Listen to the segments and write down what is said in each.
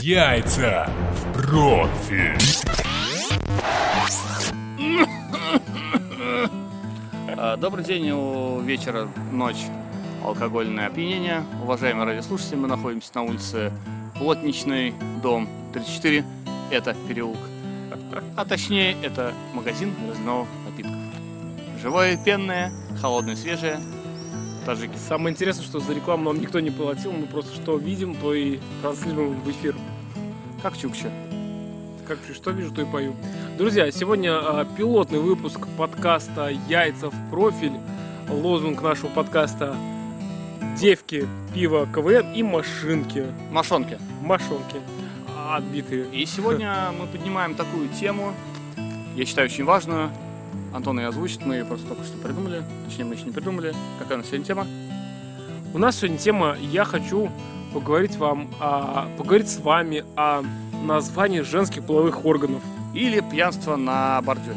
Яйца в профиль. А, Добрый день, у вечера, ночь, алкогольное опьянение. Уважаемые радиослушатели, мы находимся на улице Плотничный, дом 34, это переулок. А точнее, это магазин разного напитков. Живое, пенное, холодное, свежее, таджики. Самое интересное, что за рекламу нам никто не платил, мы просто что видим, то и транслируем в эфир. Как чукча. Как что вижу, то и пою. Друзья, сегодня а, пилотный выпуск подкаста «Яйца в профиль». Лозунг нашего подкаста «Девки, пиво, КВН и машинки». Мошонки. Машонки. А, Отбитые. И сегодня мы поднимаем такую тему, я считаю, очень важную. Антон ее озвучит, мы ее просто только что придумали. Точнее, мы еще не придумали. Какая у нас сегодня тема? У нас сегодня тема «Я хочу поговорить вам, о- поговорить с вами о названии женских половых органов». Или пьянство на бордюре.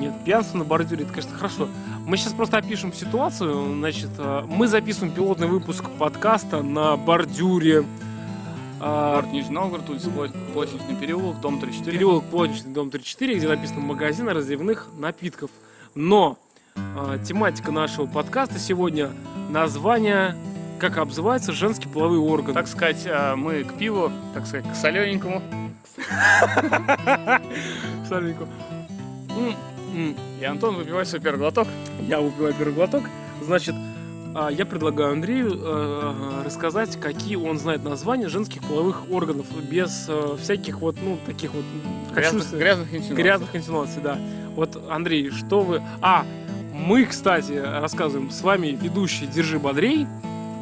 Нет, пьянство на бордюре, это, конечно, хорошо. Мы сейчас просто опишем ситуацию. Значит, э, мы записываем пилотный выпуск подкаста на бордюре. А, Город Нижний Новгород, улица Пло- Плотничный переулок, дом 34. Переулок Плотничный, дом 34, где написано «Магазин разливных напитков». Но э, тематика нашего подкаста сегодня – название, как обзывается, женский половой орган. Так сказать, э, мы к пиву, так сказать, к солененькому. Соленько. М, м. И Антон выпивает свой первый глоток. Я выпиваю первый глоток. Значит, а, я предлагаю Андрею э, рассказать, какие он знает названия женских половых органов, без э, всяких вот, ну, таких вот м, Грязных, кощунств- грязных инсинуаций. грязных инсинуаций, да. Вот, Андрей, что вы... А, мы, кстати, рассказываем с вами ведущий Держи Бодрей,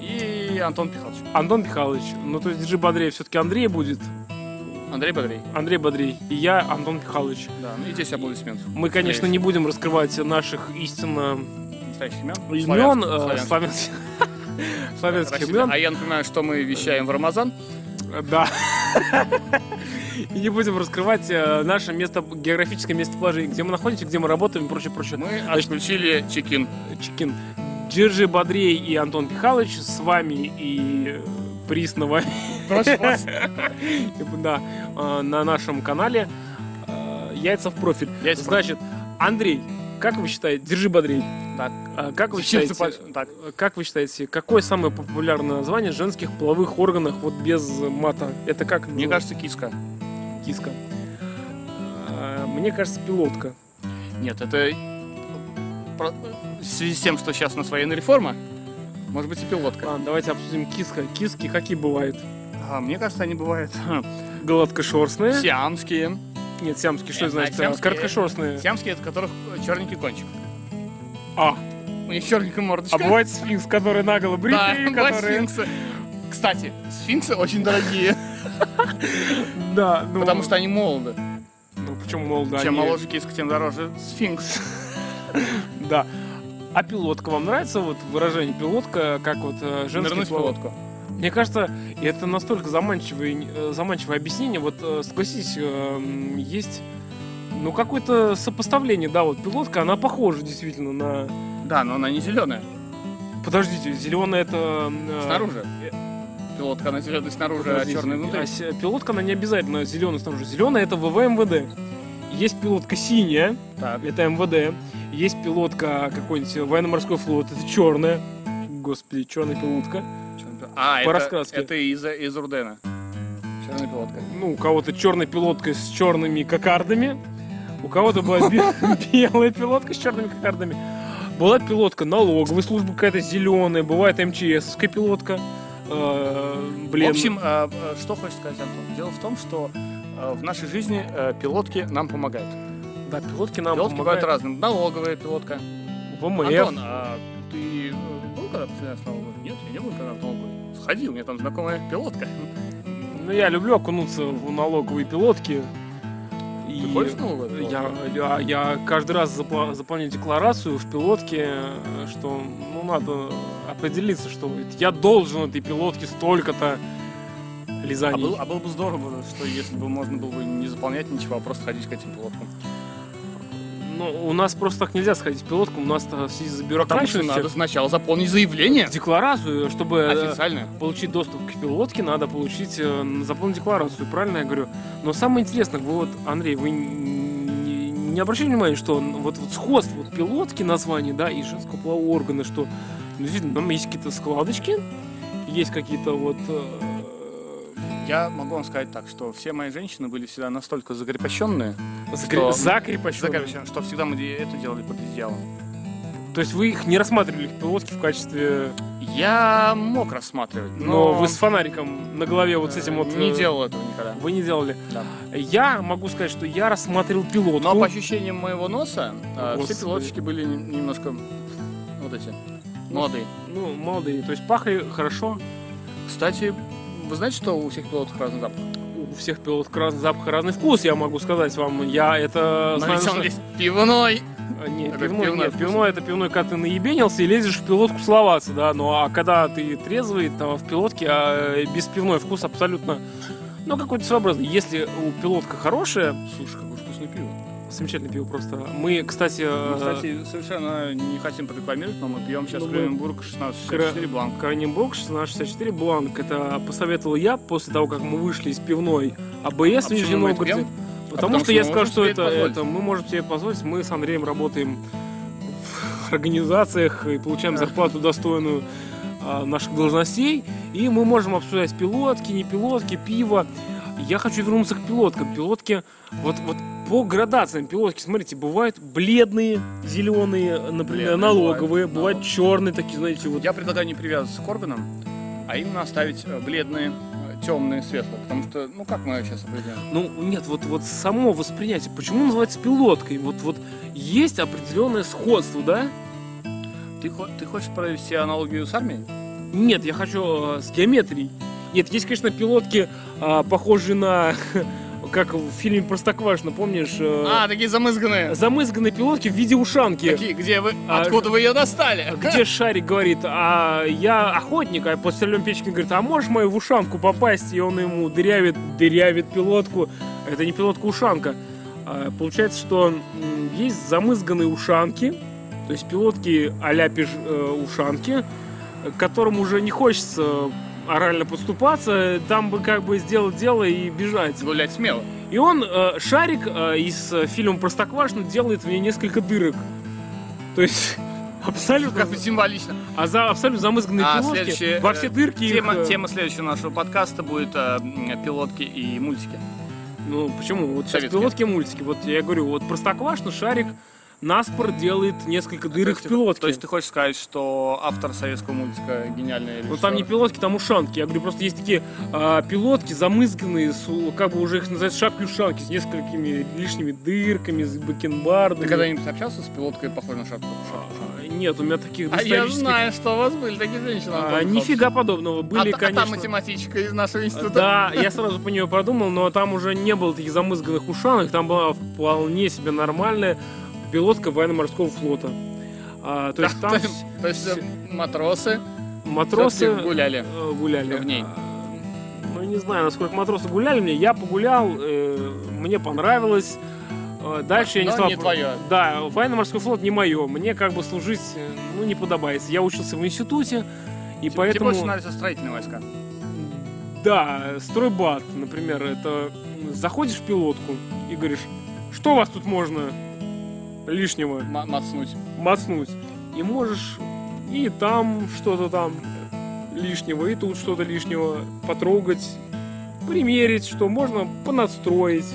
И Антон Пихалович. Антон Михайлович. Ну, то есть Держи Бодрей все-таки Андрей будет, Андрей Бодрей. Андрей Бодрей, и я, Антон Михайлович. Да, ну и здесь аплодисменты. Мы, конечно, не будем раскрывать наших истинно Настоящих имен. имен Славянских, славянских. э, славянских славянских Россия. имен. А я напоминаю, что мы вещаем в Рамазан. Да. И не будем раскрывать э, наше место, географическое местоположение, где мы находимся, где мы работаем и прочее, прочее. Мы отключили чекин. Чекин. Держи Бодрей и Антон Михайлович с вами и Приснова Против вас. да, э, на нашем канале э, Яйца в профиль. Яйца в Значит, Андрей, как вы считаете, держи Бодрей, Так. э, как вы Зачем считаете, э, ты по- Так. Как вы считаете, какое самое популярное название женских половых органов вот без мата? Это как? ну, Мне называется? кажется, киска. киска. А, Мне кажется, пилотка. Нет, это э, про- в связи с тем, что сейчас у нас военная реформа, может быть и пилотка. Ладно, давайте обсудим киска. Киски какие бывают? А, мне кажется, они бывают Гладкошерстные? сиамские. Нет, сиамские. Что Э, это значит? а, сиамские- Короткошерстные. Сиамские, от которых черненький кончик. А, У них черненькая мордочка. а бывает сфинкс, который наголо Да, бритый, бывают который... сфинксы. Кстати, сфинксы очень дорогие, Да, ну... потому что они молоды. Ну, почему молодые? Чем они- моложе киска, тем дороже сфинкс. Да. А пилотка вам нравится? Вот выражение пилотка, как вот э, женский Нырнуть в пилот? лодку. Мне кажется, это настолько заманчивое, э, заманчивое объяснение. Вот э, согласись, э, м, есть ну какое-то сопоставление, да, вот пилотка, она похожа действительно на. Да, но она не зеленая. Подождите, зеленая это. э, Снаружи. Пилотка, она зеленая снаружи, а подождите, черная внутри. а с- пилотка, она не обязательно зеленая снаружи. Зеленая это ВВМВД. Есть пилотка синяя, Так. это МВД. Есть пилотка какой-нибудь военно-морской флот, это черная. Господи, черная пилотка. А, По это, раскраске. это из, из Рудена. Черная пилотка. ну, у кого-то черная пилотка с черными кокардами, у кого-то была бе- белая пилотка с черными кокардами. Была пилотка налоговой службы какая-то зеленая, бывает МЧСовская пилотка. Э, Блин. В общем, э, э, что хочешь сказать, Антон? Дело в том, что э, в нашей жизни э, пилотки нам помогают. да, пилотки нам пилотки бывают помогают. разные. Налоговая пилотка. ВМФ. Антон, а ты э, был когда последний раз на налоговой? Нет, я не был когда на налоговой. Сходи, у меня там знакомая пилотка. Ну, я люблю окунуться в налоговые пилотки. И Ты ходишь на налоговую? я, я, я каждый раз запла- заполняю декларацию в пилотке, э, что ну, надо определиться, что говорит, я должен этой пилотке столько-то А, лизаний. был, а было бы здорово, что если бы можно было бы не заполнять ничего, а просто ходить к этим пилоткам. Ну, у нас просто так нельзя сходить в пилотку, у нас в связи Потому за что бюрократией надо А сначала заполнить заявление декларацию, чтобы э, официальное. получить доступ к пилотке, надо получить э, заполнить декларацию, правильно я говорю? Но самое интересное, вы вот, Андрей, вы не, не обращали внимания, что н- вот, вот сходство вот пилотки названий, да, и женского полового органа, что ну, действительно там есть какие-то складочки, есть какие-то вот... э, Я могу вам сказать так, что все мои женщины были всегда настолько закрепощенные, Что? закре- закрепощенные. что всегда мы это делали под одеялом. То есть вы их не рассматривали как пилотки в качестве... Я мог рассматривать, Но но, вы с фонариком на голове вот с этим Ну, э, вот... не э, делал этого никогда. Вы не делали. Да. Ну, а Я могу сказать, что я рассматривал пилотку. Но по ощущениям моего носа э, все Господи. пилотчики были н- немножко вот эти молодые. Ну, молодые. То есть пахли хорошо. Кстати, вы знаете, что у всех пилотов разный запах? У всех пилоток разный запах и разный вкус, я могу сказать вам. Я это... Но знаю, ведь он Э, что- весь пивной. А, Нет, Такой пивной, пивной нет, вкус. пивной это пивной, когда ты наебенился и лезешь в пилотку словаться, да. Ну, а когда ты трезвый, там, в пилотке, а, э, без пивной вкус абсолютно... Ну, какой-то своеобразный. Если у пилотка хорошая, Слушай, какое вкусное пиво. замечательное пиво просто. Мы, кстати... Мы, э, Ну, кстати, совершенно не хотим порекламировать, но мы пьем сейчас ну, мы- Кроненбург 1664 Бланк. Карнибок 1664 Бланк. Это посоветовал я после того, как мы вышли из пивной АБС в А почему Нижнем мы это Новгороде. пьем? Потому, потому что что, я мы скажу, можем что себе это, это позволить. это мы можем себе позволить. Мы с Андреем работаем в организациях и получаем Да. зарплату достойную а, наших должностей. И мы можем обсуждать пилотки, не пилотки, пиво. Я хочу вернуться к пилоткам. Пилотки, вот, вот по градациям пилотки, смотрите, бывают бледные, зеленые, например, Бледные налоговые, бывают, бывают налоговые. черные такие, знаете, вот Я предлагаю не привязываться к органам, а именно оставить э, бледные, э, темные, светлые. Потому что, ну как мы сейчас определяем? Ну, нет, вот, вот само восприятие. Почему называется пилоткой? Вот, вот есть определенное сходство, да? Ты, хо- ты хочешь провести аналогию с армией? Нет, я хочу э, с геометрией. Нет, есть, конечно, пилотки, а, похожие на... Как в фильме «Простоквашино», помнишь? э, А, такие замызганные. Замызганные пилотки в виде ушанки. Такие, где вы, А, откуда вы ее достали? Где шарик говорит, а я охотник, а после стрелем Печкин говорит, а можешь мою в ушанку попасть? И он ему дырявит, дырявит пилотку. Это не пилотка, ушанка. А, Получается, что м, есть замызганные ушанки, то есть пилотки а-ля пиж- э, ушанки, к которым уже не хочется орально подступаться, там бы как бы сделать дело и бежать. Гулять смело. И он э, шарик э, из э, фильма Простоквашино делает в ней несколько дырок. То есть абсолютно... Как бы символично. А за абсолютно замызганные А, пилотки следующее, во э, все дырки. их, Тема, э, тема следующего нашего подкаста будет э, м, пилотки и мультики. Ну почему? Вот сейчас Советские. пилотки мультики. Вот я говорю, вот простоквашно шарик наспор делает несколько дырок А, То есть ты- в пилотке. То есть ты хочешь сказать, что автор советского мультика гениальный ну там не режиссер? пилотки, там ушанки. Я говорю, просто есть такие а, пилотки замызганные, с, у- как бы уже их называют шапки ушанки с несколькими лишними дырками, с бакенбардами. Ты когда-нибудь общался с пилоткой, похожей на шапку? А, Нет, у меня таких А я доисторических- знаю, что у вас были такие женщины. А, Антон Михайлович. нифига подобного. Были, а, та- а конечно. та математичка из нашего института. Да, я сразу по нее подумал, но там уже не было таких замызганных ушанок, там была вполне себе нормальная пилотка военно-морского флота. А, то есть Да, там то с- есть- то есть э, матросы матросы всё-таки гуляли. э, гуляли. в ней. А, Ну, не знаю, насколько матросы гуляли мне. Я погулял, э, мне понравилось. Э, Дальше я не Но стал... не твоё. Да, военно-морской флот не мое. Мне как бы служить, э, ну, не подобается. Я учился в институте, и Тебе- Тебе поэтому... больше нравятся строительные войска. Да, стройбат, например, это м, заходишь в пилотку и говоришь, что у вас тут можно лишнего М- мацнуть. мацнуть? И можешь и там что-то там лишнего, и тут что-то лишнего потрогать, примерить, что можно понадстроить,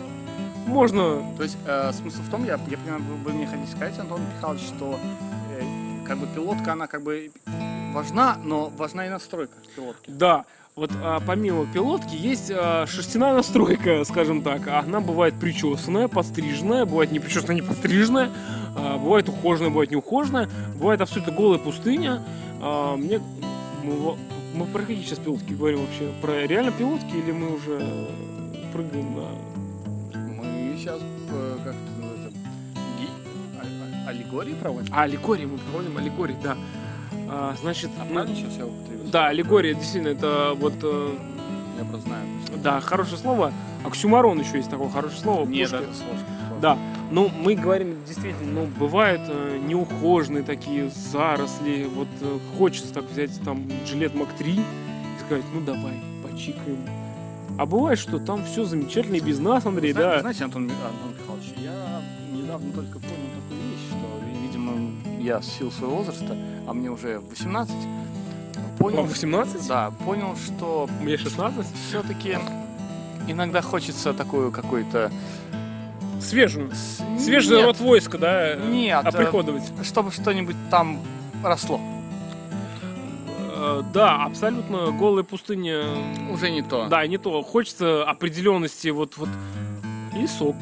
можно... То есть э, смысл в том, я, я понимаю, вы, вы мне хотите сказать, Антон Михайлович, что э, как бы пилотка, она как бы важна, но важна и настройка пилотки. Да, вот а, помимо пилотки есть а, шерстяная настройка, скажем так. Она бывает причесанная, подстриженная, бывает не причесанная, не подстриженная, а, бывает ухоженная, бывает неухоженная, бывает абсолютно голая пустыня. А, мне мы, во- мы про какие сейчас пилотки говорим вообще? Про реально пилотки или мы уже э, прыгаем на... Мы сейчас как а, аллегории проводим. А, аллегории мы проводим, аллегории, да. А, значит, правильно сейчас я употребил? да, аллегория, действительно, это вот... э, Я просто знаю. да, хорошее слово. Оксюмарон еще есть такое хорошее слово. Нет, Пушкин. это сложно. Да. Ну, мы говорим, действительно, ну, бывают э, неухоженные такие заросли. Вот э, хочется так взять там жилет МАК-3 и сказать, ну давай, почикаем. А бывает, что там все замечательно и без нас, Андрей, Зна- да. Знаете, Антон, Ми- Антон Михайлович, я недавно только понял такую вещь, что, ви- видимо, я в силу своего возраста, а мне уже 18, понял, Вам 18? да, понял, что Мне 16? все-таки иногда хочется такую какую-то... Свежую. с- Свежий Нет, род войска, да, э, Нет, э, оприходовать. Чтобы что-нибудь там росло. Э, Да, абсолютно голая пустыня. Уже не то. Да, не то. Хочется определенности, вот, вот лесок.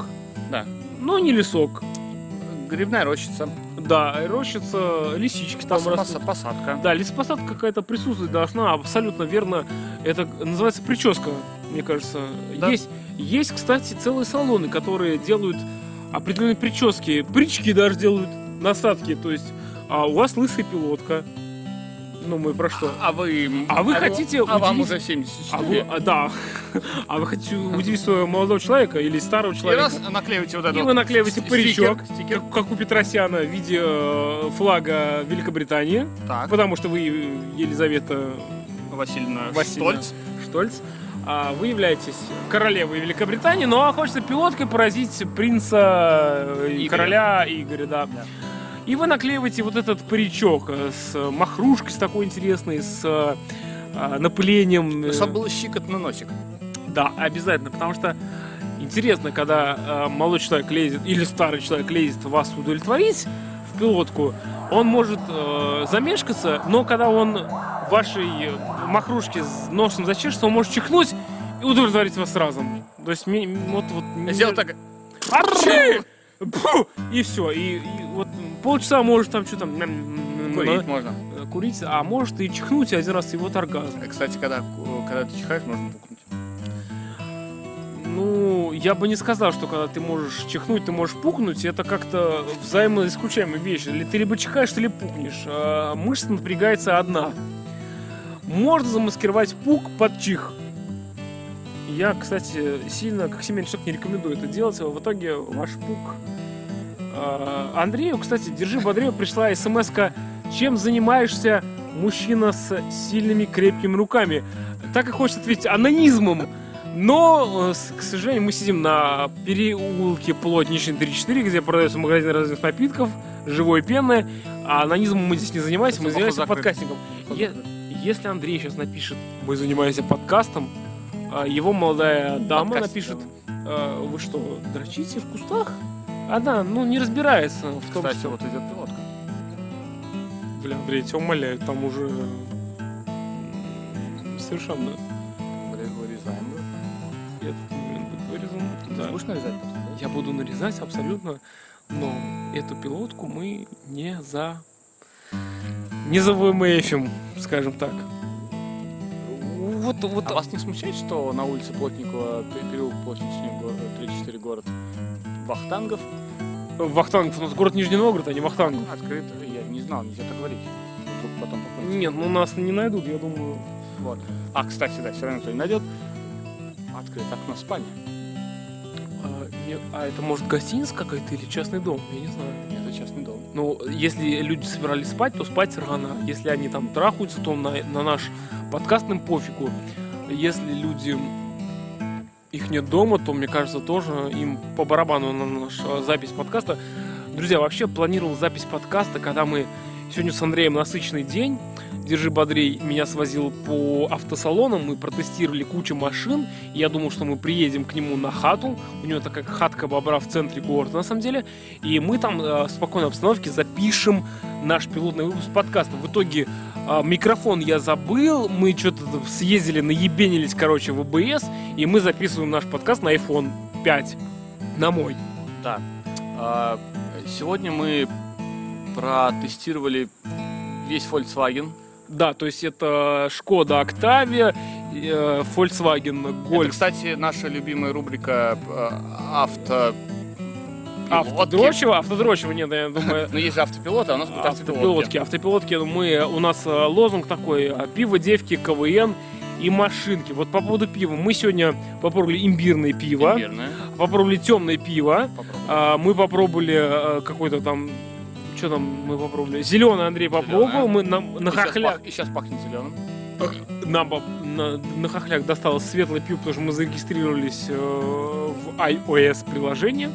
Да. Но не лесок. Грибная рощица, Да, рощица, лисички там пос- растут. пос- посадка. Да, лесопосадка какая-то присутствует должна, абсолютно верно. Это называется прическа, мне кажется. Да. Есть, есть, кстати, целые салоны, которые делают определенные прически. Прички даже делают, насадки. То есть, а у вас лысая пилотка. Ну, мы про что? А вы... А вы хотите А вам удивить- уже 74. А вы, а, да. А вы хотите удивить своего молодого человека или старого И человека? раз наклеиваете вот это И вот вы наклеиваете ст- паричок, стикер, стикер. как, как у Петросяна в виде э, флага Великобритании, Так, потому что вы э, Елизавета Васильевна Васильевна. Штольц. Штольц. А, Вы являетесь королевой Великобритании, но хочется пилоткой поразить принца э, и Игоря. короля Игоря, да. Да. И вы наклеиваете вот этот паричок э, с э, махрушкой с такой интересной, с э, а, напылением. э, Чтобы был щикотный носик. Да, обязательно, потому что интересно, когда э, молодой человек лезет или старый человек лезет вас удовлетворить в пилотку, он может э, замешкаться, но когда он вашей э, махрушке с носом зачешется, он может чихнуть и удовлетворить вас сразу. То есть ми- м- вот вот не- Сделал так, Апчи! Пфу! и все, и, и вот полчаса может там что там м- м- м- курить можно. э, курить, а может и чихнуть и один раз и вот оргазм. Э, Кстати, когда, э, когда ты чихаешь, можно пукнуть. Ну, я бы не сказал, что когда ты можешь чихнуть, ты можешь пукнуть. Это как-то взаимоисключаемая вещь. Или ты либо чихаешь, или пукнешь. А мышца напрягается одна. Можно замаскировать пук под чих. Я, кстати, сильно, как семейный человек, не рекомендую это делать. В итоге ваш пук... А, Андрею, кстати, держи бодрею, пришла смс «Чем занимаешься мужчина с сильными крепкими руками?» Так и хочется ответить анонизмом. Но, э, с- к сожалению, мы сидим на переулке Плотничный 34, где продается магазин разных напитков, живой пены, а анонизмом мы здесь не занимаемся, мы Это занимаемся походу закрыт. подкастингом. Е- Если Андрей сейчас напишет «Мы занимаемся подкастом», а его молодая дама Подкаст, напишет да. «Э, «Вы что, дрочите в кустах?» Она, ну, не разбирается в том, Кстати, что... вот идет пилотка. Бля, Андрей, я тебя умоляю, там уже... м, Совершенно... Вырезаем. Я этот момент буду вырезан. Да. Будешь нарезать потом, да? Я буду нарезать абсолютно, но эту пилотку мы не за... Не за ВМФим, скажем так. Вот, вот... А вас не смущает, что на улице Плотникова, пе- переулок Плотничный, 34 город, вахтангов Вахтангов, Ну, у нас город Нижний Новгород, а не Вахтангов. открыт? Я не знал, нельзя так говорить. Вдруг потом попадется. Нет, ну нас не найдут, я думаю. Вот. А, кстати, да, все равно кто не найдет. Открыто окно спальни. А, не- а это может гостиница какая-то или частный дом? Я не знаю. Это частный дом. Ну, если люди собирались спать, то спать рано. Если они там трахаются, то на, на наш подкаст им пофигу. Если люди их нет дома, то, мне кажется, тоже им по барабану на нашу запись подкаста. Друзья, вообще планировал запись подкаста, когда мы сегодня с Андреем насыщенный день. Держи бодрей меня свозил по автосалонам, мы протестировали кучу машин. Я думал, что мы приедем к нему на хату. У него такая хатка бобра в центре города, на самом деле. И мы там э, в спокойной обстановке запишем наш пилотный выпуск подкаста. В итоге э, микрофон я забыл, мы что-то там съездили, наебенились, короче, в ОБС, и мы записываем наш подкаст на iPhone 5. На мой. Да. А, Сегодня мы протестировали весь Volkswagen. Да, то есть это Шкода Октавия, э, Volkswagen Это, Golf. кстати, наша любимая рубрика э, авто... пилотки. Автодрочево? Автодрочево, нет, я думаю, Ну, есть же автопилоты, а у нас будет автопилотки. Автопилотки, автопилотки. Мы, у нас э, лозунг такой, э, пиво, девки, КВН и машинки. Вот по поводу пива. Мы сегодня попробовали имбирное пиво, Имбирное. попробовали темное пиво, Попробуем. а, мы попробовали а, какой-то там... Что там мы попробовали? Зеленый Андрей попробовал, мы нам, на И щас хохляк... пах- И сейчас пахнет зеленым. Нам поп- на, на хохляк досталось светлое пиво, потому что мы зарегистрировались э, в iOS-приложение.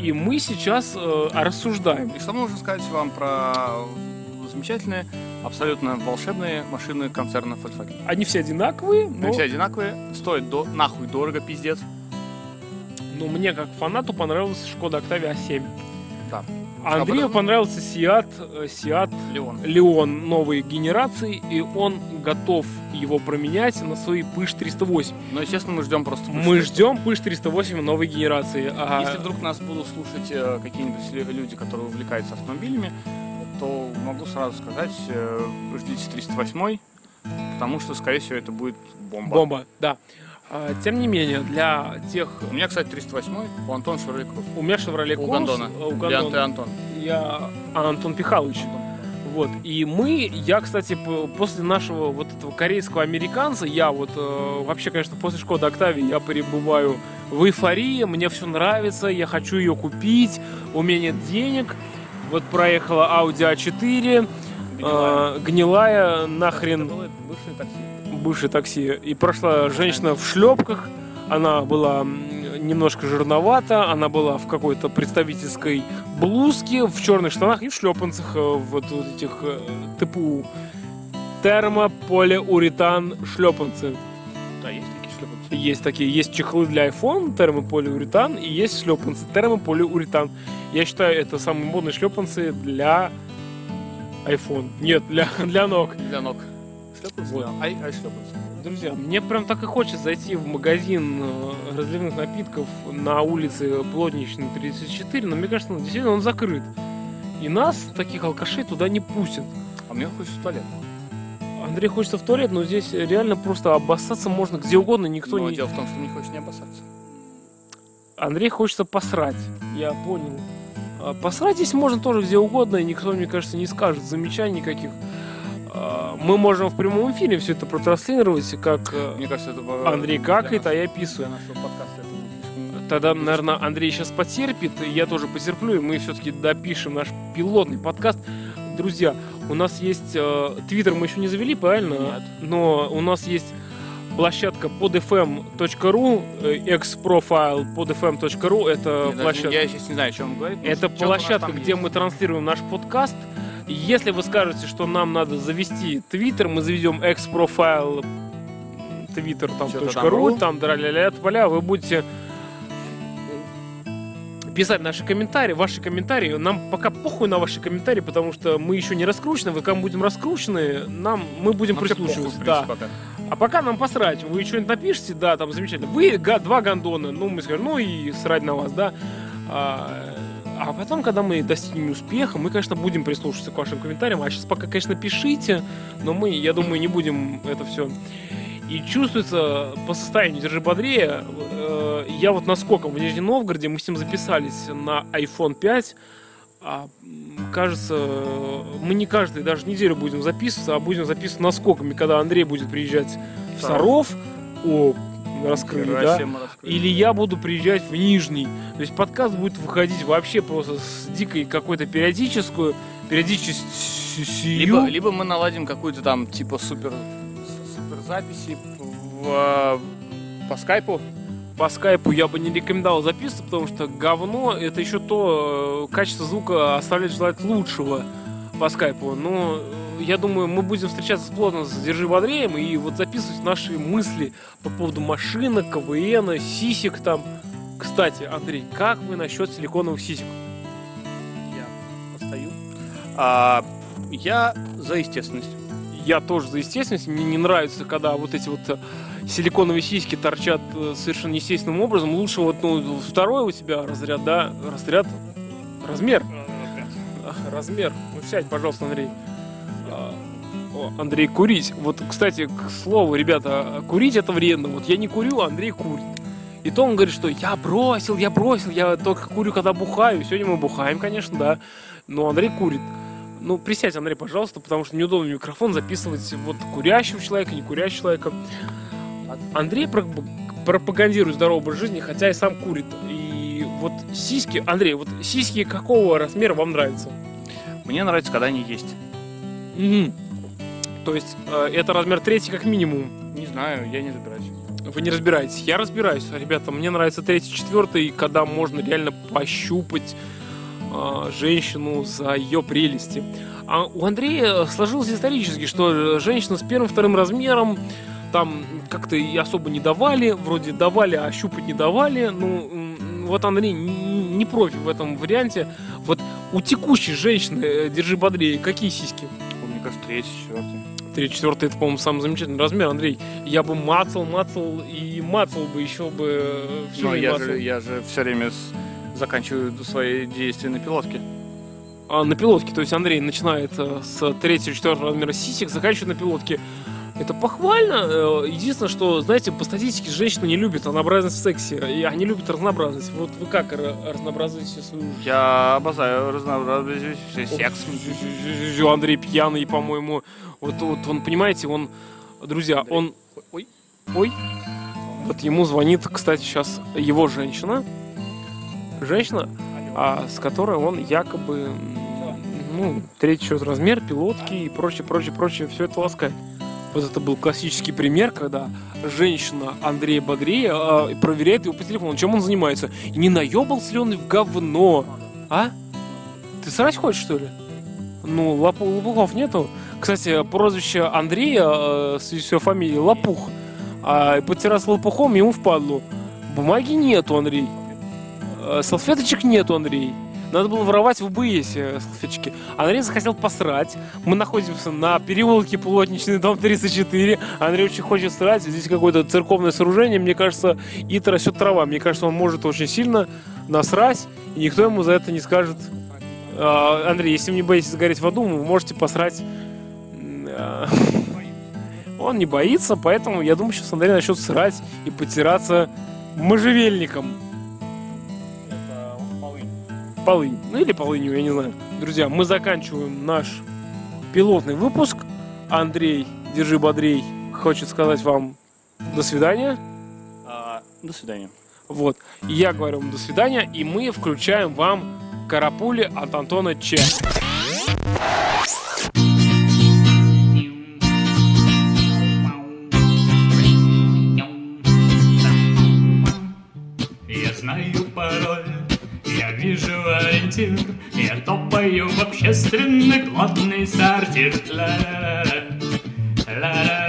И мы сейчас э, рассуждаем. И что можно сказать вам про замечательные, абсолютно волшебные машины концерна Volkswagen? Они все одинаковые, но, Они все одинаковые, стоят до нахуй дорого, пиздец. но Ну, мне как фанату понравилась Шкода Октавия А7. Да. А Андрею Об этом- понравился Сиат, э, Сиат Леон. Леон новой генерации, и он готов его променять на свой Пыш 308. Но, Ну, естественно, мы ждем просто... Мы ждем Пыш 308 новой генерации. А Если вдруг нас будут слушать э, какие-нибудь лю- люди, которые увлекаются автомобилями, то могу сразу сказать, э, ждите 308 потому что, скорее всего, это будет бомба. э, бомба, да. А, тем не менее, для тех... У меня, кстати, 308 у Антона Шевроле Круз. У меня Шевроле э, У Гондона. У Или Антон- Гондона. Антон. Я а, Антон Пихалович. Вот. И мы, я, кстати, п- после нашего вот этого корейского американца, я вот э, вообще, конечно, после Шкоды Октавии я пребываю в эйфории, мне все нравится, я хочу ее купить, у меня нет денег. Вот проехала Audi A4, Гнилая. э, гнилая, Это нахрен было бывшее такси. бывшее такси. И прошла женщина в шлепках, она была м, немножко жирновата, она была в какой-то представительской блузке, в черных штанах и в шлепанцах э, вот, вот этих э, ТПУ. Термополиуретан шлепанцы. Да, есть такие шлепанцы. Есть такие, есть чехлы для iPhone, термополиуретан, и есть шлепанцы, термополиуретан. Я считаю, это самые модные шлепанцы для iPhone. Нет, для, для ног. Для ног. Шлепанцы? Вот. да. Ай, ай, шлепанцы. Друзья, мне прям так и хочется зайти в магазин э, разливных напитков на улице Плотничной 34, но мне кажется, он- действительно он закрыт. И нас, таких алкашей, туда не пустят. А мне хочется в туалет. Андрей хочется в туалет, но здесь реально просто обоссаться можно где угодно, никто Но не... Ну, дело в том, что не хочешь не опасаться. Андрей хочется посрать. Я понял. А, Посрать здесь можно тоже где угодно, и никто, мне кажется, не скажет замечаний никаких. А, Мы можем в прямом эфире все это протранслировать, как э, Мне кажется, это... было- Андрей какает, для а я нас- писаю. Для нашего подкаста это будет слишком- Тогда, наверное, Андрей сейчас потерпит, и я тоже потерплю, и мы все-таки допишем наш пилотный подкаст. Друзья, у нас есть... э, Твиттер мы еще не завели, правильно? Нет. Но у нас есть площадка podfm.ru, э, экс-профайл podfm.ru, эм это Я даже- Э, площадка... Я сейчас не знаю, о чем он говорит. но что-то Это у нас площадка, там где есть. мы транслируем наш подкаст. Если вы скажете, что нам надо завести Твиттер, мы заведем экс-профайл м, Твиттер там Чё-то точка там ну. ру, ру. там драля поля, вы будете писать наши комментарии, ваши комментарии. Нам пока похуй на ваши комментарии, потому что мы еще не раскручены. Вы как будем раскручены, нам мы будем Нам вообще прислушиваться. похуй, в да. принципе, пока. А пока нам посрать, вы что-нибудь напишите, да, там замечательно. Вы га- два гондона, ну мы скажем, ну и срать на вас, да. А, а потом, когда мы достигнем успеха, мы, конечно, будем прислушиваться к вашим комментариям. А сейчас пока, конечно, пишите, но мы, я думаю, не будем это все. И чувствуется по состоянию держи бодрее. э, я вот наскоком в Нижнем Новгороде, мы с ним записались на iPhone 5. А, м, кажется, э, мы не каждый даже неделю будем записываться, а будем записываться наскоками, когда Андрей будет приезжать в Саров. Саров. О, раскрыли, да? Россия мы раскрыли. Или я буду приезжать в Нижний. То есть подкаст будет выходить вообще просто с дикой какой-то периодическую, периодическую. Либо, либо мы наладим какую-то там типа супер супер записи в, э, по скайпу. По скайпу я бы не рекомендовал записываться, потому что говно это еще то э, качество звука оставляет желать лучшего по скайпу. Но э, я думаю, мы будем встречаться плотно с Держи Бодреем и вот записывать наши мысли по поводу машинок, КВН, сисек там. Кстати, Андрей, как вы насчет силиконовых сисек? Я отстаю. А, я за естественность. Я тоже за естественность. Мне не нравится, когда вот эти вот э, силиконовые сиськи торчат э, совершенно естественным образом. Лучше вот ну, второй у тебя разряд, да, разряд, размер. Ах, Размер. Ну, сядь, пожалуйста, Андрей. А, о, Андрей, курить. Вот, кстати, к слову, ребята, а, курить это вредно. Вот я не курю, а Андрей курит. И то он говорит, что я бросил, я бросил, я только курю, когда бухаю. Сегодня мы бухаем, конечно, да. Но Андрей курит. Ну, присядь, Андрей, пожалуйста, потому что неудобно в микрофон записывать вот курящего человека, не курящего человека. Андрей пропаг- пропагандирует здоровый образ жизни, хотя и сам курит. И вот сиськи... Андрей, вот сиськи какого размера вам нравятся? Мне нравится, когда они есть. То есть э, это размер третий как минимум. Не знаю, я не разбираюсь. Вы не разбираетесь. Я разбираюсь, ребята. Мне нравится третий, четвертый, когда можно реально пощупать э, женщину за ее прелести. А у Андрея сложилось исторически, что женщина с первым, вторым размером там как-то и особо не давали, вроде давали, а щупать не давали. Ну, м, вот Андрей н- не профи в этом варианте. Вот у текущей женщины, э, держи бодрее, какие сиськи? Мне кажется, третий, четвертый. Три четвертый это, по-моему, самый замечательный размер, Андрей. Я бы мацал, мацал и мацал бы еще бы э, всю Ну, жизнь я мацал. же, я же все время с- заканчиваю свои действия на пилотке. А, на пилотке, то есть Андрей начинает э, с третьего, четвертого размера сисек, заканчивает на пилотке. Это похвально. э, Единственное, что, знаете, по статистике женщина не любит разнообразность в сексе, и они любят разнообразность. Вот вы как ра- разнообразуете свою жизнь? Я обожаю разнообразие, все секс. Жу-жу-жу-жу, Андрей пьяный, по-моему. Вот, вот он, понимаете, он, друзья, Андрей. он... Ой. Ой. Вот ему звонит, кстати, сейчас его женщина. Женщина, а, с которой он якобы, м, ну, третий счет размер, пилотки и прочее, прочее, прочее, все это ласкает. Вот это был классический пример, когда женщина Андрея Бодрея а, проверяет его по телефону, чем он занимается. И не наебался ли он в говно? А? Ты срать хочешь, что ли? Ну, лопу- лопухов нету. Кстати, прозвище Андрея э, в связи с его фамилией Лопух. А потираться лопухом ему впадло. Бумаги нету, Андрей. Э, Салфеточек нету, Андрей. Надо было воровать в БСе салфеточки. Андрей захотел посрать. Мы находимся на переулке Плотничный, дом 34. Андрей очень хочет срать. Здесь какое-то церковное сооружение. Мне кажется, и растет трава. Мне кажется, он может очень сильно насрать. И никто ему за это не скажет. «А, Андрей, если вы не боитесь сгореть в аду, вы можете посрать. М, а, Он не боится, поэтому я думаю, сейчас Андрей начнет срать и потираться можжевельником. Полынь. Ну или полынью, я не знаю. Друзья, мы заканчиваем наш пилотный выпуск. Андрей, держи бодрей, хочет сказать вам до свидания. А, До свидания. Вот. И я говорю вам до свидания, и мы включаем вам карапули от Антона Че. Я знаю пароль, я вижу ориентир, я топаю в общественный плотный сортир. Ла-ла-ла-ла. Ла-ла-ла-ла.